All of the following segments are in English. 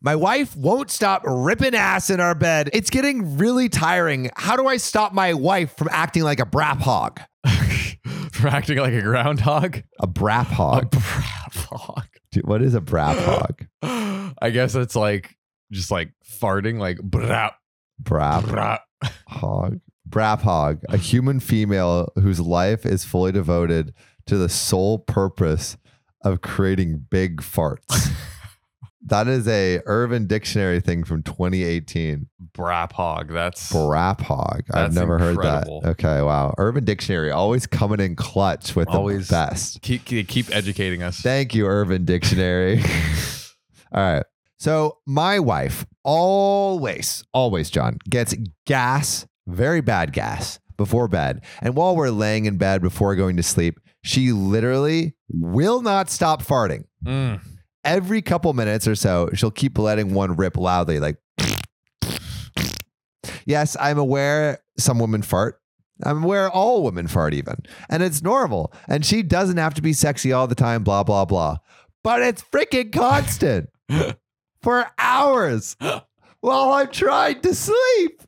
My wife won't stop ripping ass in our bed. It's getting really tiring. How do I stop my wife from acting like a brap hog? For acting like a groundhog? A brap A hog? brat hog. Dude, what is a brap hog? I guess it's like just like farting, like brap, Brap brap. hog. Brap hog, a human female whose life is fully devoted to the sole purpose of creating big farts. that is a Urban Dictionary thing from 2018. Brap hog. That's Brap hog. I've That's never incredible. heard that. Okay, wow. Urban Dictionary always coming in clutch with Always. the best. keep keep keep educating us. Thank you, Urban Dictionary. all right. So my wife always, always, John, gets gas, very bad gas, before bed. And while we're laying in bed before going to sleep, she literally will not stop farting. Mm. Every couple minutes or so, she'll keep letting one rip loudly, like Yes, I'm aware some women fart. I'm aware all women fart, even. And it's normal. And she doesn't have to be sexy all the time, blah, blah, blah. But it's freaking constant for hours while I'm trying to sleep.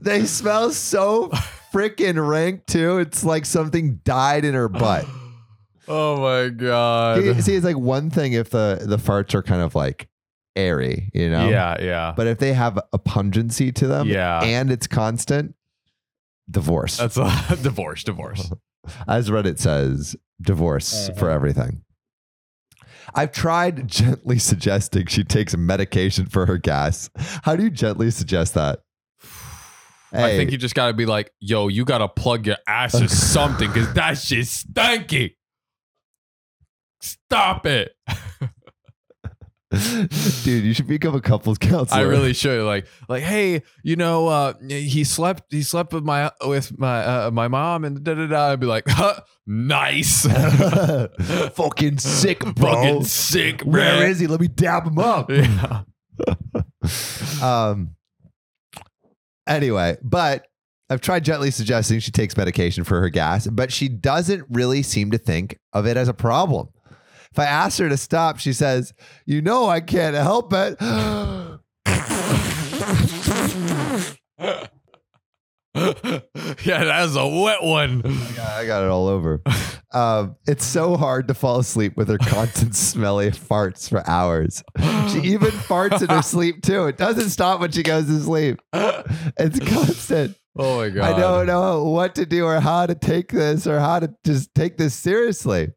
They smell so freaking rank, too. It's like something died in her butt. Oh my god. See, see, it's like one thing if the, the farts are kind of like airy, you know? Yeah, yeah. But if they have a pungency to them, yeah. Um, and it's constant, divorce. That's a divorce, divorce. As Reddit says, divorce Mhm. for everything. I've tried gently suggesting she takes medication for her gas. How do you gently suggest that? I think Hey. you just got to be like, yo, you got to plug your ass or something because that shit stinky. Stop it. Dude, you should become a couples counselor. I really should like like hey you know uh he slept he slept with my with my uh, my mom and da da da I'd be like huh, nice fucking sick, bro. fucking sick Where man. is he? Let me dab him up. yeah um anyway but i've tried gently suggesting she takes medication for her gas but she doesn't really seem to think of it as a problem if i ask her to stop she says you know i can't help it yeah that was a wet one i got it all over um, it's so hard to fall asleep with her constant smelly farts for hours she even farts in her sleep too it doesn't stop when she goes to sleep it's constant oh my god I don't know what to do or how to take this or how to just take this seriously.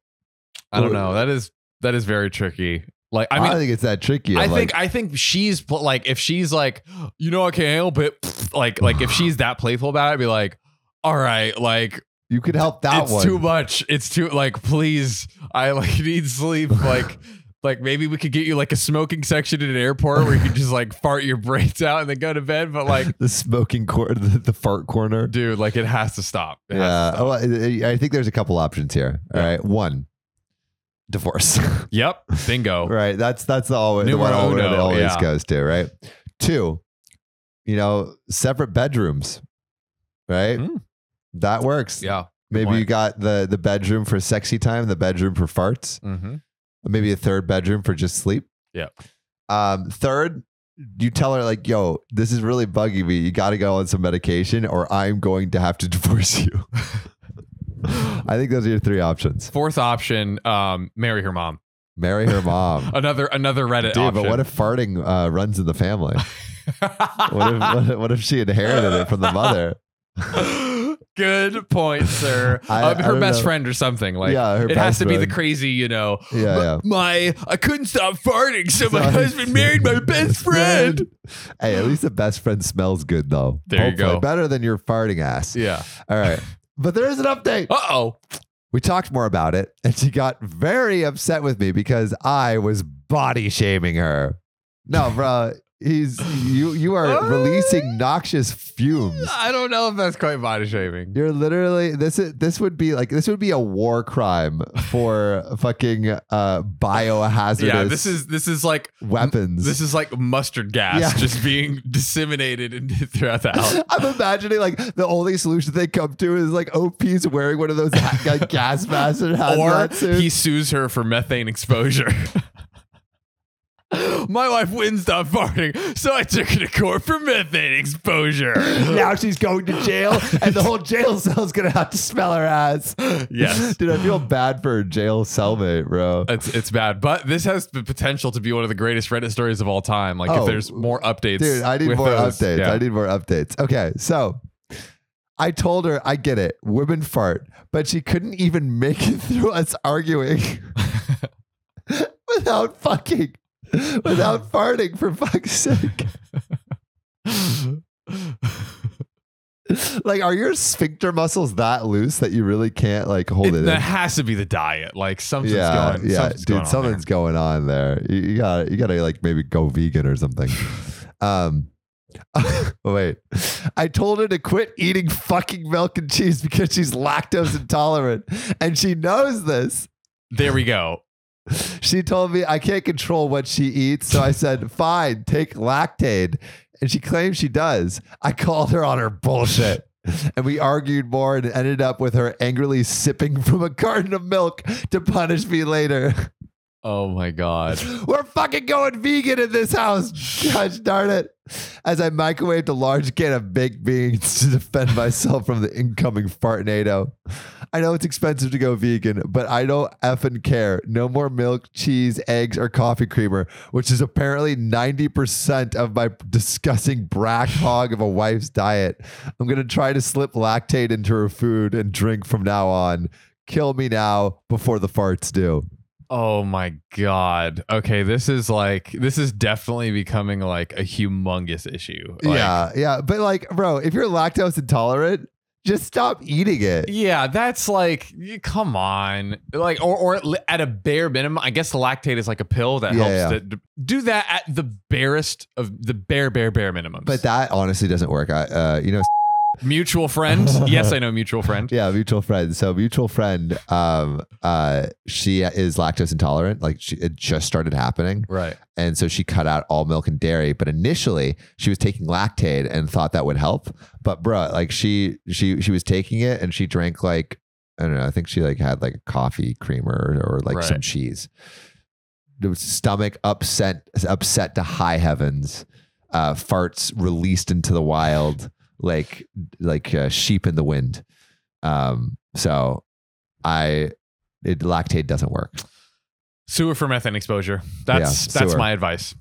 I don't know that is that is very tricky like I I, mean don't think it's that tricky. I I'm think like, I think she's pl- like if she's like you know I can't help it like like if she's that playful about it I'd be like all right like you could help that it's one. too much it's too like please I like need sleep like like maybe we could get you like a smoking section at an airport where you can just like fart your brains out and then go to bed but like the smoking corner, the, the fart corner. dude like it has to stop It has to Yeah. stop. Oh, I I think there's a couple options here. All Yeah. right, one, divorce. yep bingo right. That's that's the always the one Numero always, uno, always yeah. goes to. Right. Two, you know, separate bedrooms. Right. Mm. That works. yeah Maybe point. you got the the bedroom for sexy time, the bedroom for farts. hmm maybe a third bedroom for just sleep. Yeah. Um, third, you tell her like, "Yo, this is really bugging me. You got to go on some medication, or I'm going to have to divorce you." I think those are your three options. fourth option um marry her mom Marry her mom. another another Reddit Dude, option but what if farting uh, runs in the family? What if, what if what if she inherited it from the mother? Good point, sir. I- Um, I her don't best know. friend or something. Like Yeah, her it has best to be the friend. crazy, you know. Yeah, yeah. My I couldn't stop farting, so my Sorry. husband married my best friend. Hey, at least the best friend smells good though. There you Hopefully. go. Better than your farting ass. Yeah. All right. But there is an update. Uh oh. We talked more about it, and she got very upset with me because I was body shaming her. No, bro, he's you. You are releasing noxious fumes. I don't know if that's quite body shaving. You're literally this. Is, this would be like this would be a war crime for fucking uh, biohazardous Yeah, this is this is like weapons. this is like mustard gas Yeah. just being disseminated in, throughout the house. I'm imagining like the only solution they come to is like OP's wearing one of those ha- like, gas masks and Or hazmat suits. he sues her for methane exposure. My wife wouldn't stop farting, so I took her to court for methane exposure. now she's going to jail, and the whole jail cell's gonna have to smell her ass. Yes. Uh, dude, I feel bad for a jail cellmate, bro. It's it's bad, but this has the potential to be one of the greatest Reddit stories of all time. Like Oh, if there's more updates, Dude, I need with more those, updates. yeah. I need more updates. Okay, so I told her I get it, women fart, but she couldn't even make it through us arguing without fucking, without farting. For fuck's sake, like, are your sphincter muscles that loose that you really can't like hold It- it, that in? has to be the diet. Like something's Yeah, going. yeah, something's dude, going on something's going on there. You, you gotta, you gotta like maybe go vegan or something. Um, oh, wait, I told her to quit eating fucking milk and cheese because she's lactose intolerant, and she knows this. there. There we go. She told me I can't control what she eats, so I said, "Fine, take Lactaid," and she claims she does. I called her on her bullshit. And we argued more and ended up with her angrily sipping from a carton of milk to punish me later. Oh my god. We're fucking going vegan in this house. Gosh darn it. As I microwaved a large can of baked beans to defend myself from the incoming fartnado. I know it's expensive to go vegan, but I don't effing care. No more milk, cheese, eggs, or coffee creamer, which is apparently 90% of my disgusting brack hog of a wife's diet. I'm going to try to slip lactate into her food and drink from now on. Kill me now before the farts do. Oh my god. Okay, this is like this is definitely becoming like a humongous issue. Like, yeah, yeah. But like, bro, if you're lactose intolerant, just stop eating it. Yeah, that's like, y- come on, like, or or at li- at a bare minimum, I guess lactate is like a pill that Yeah, yeah. helps. That do that at the barest of the bare, bare, bare minimums. But that honestly doesn't work. I, uh, you know, mutual friend, yes, I know mutual friend. yeah, mutual friend. So mutual friend, um, uh, she is lactose intolerant. Like, she, it just started happening, Right. and so she cut out all milk and dairy. But initially, she was taking Lactaid and thought that would help. But bro, like she she she was taking it and she drank like I don't know. I think she like had like a coffee creamer or, or, like Right. some cheese. The stomach upset upset to high heavens. Uh, farts released into the wild like like uh, sheep in the wind. Um, so I it lactate doesn't work. Sewer for methane exposure. That's that's sewer. my advice.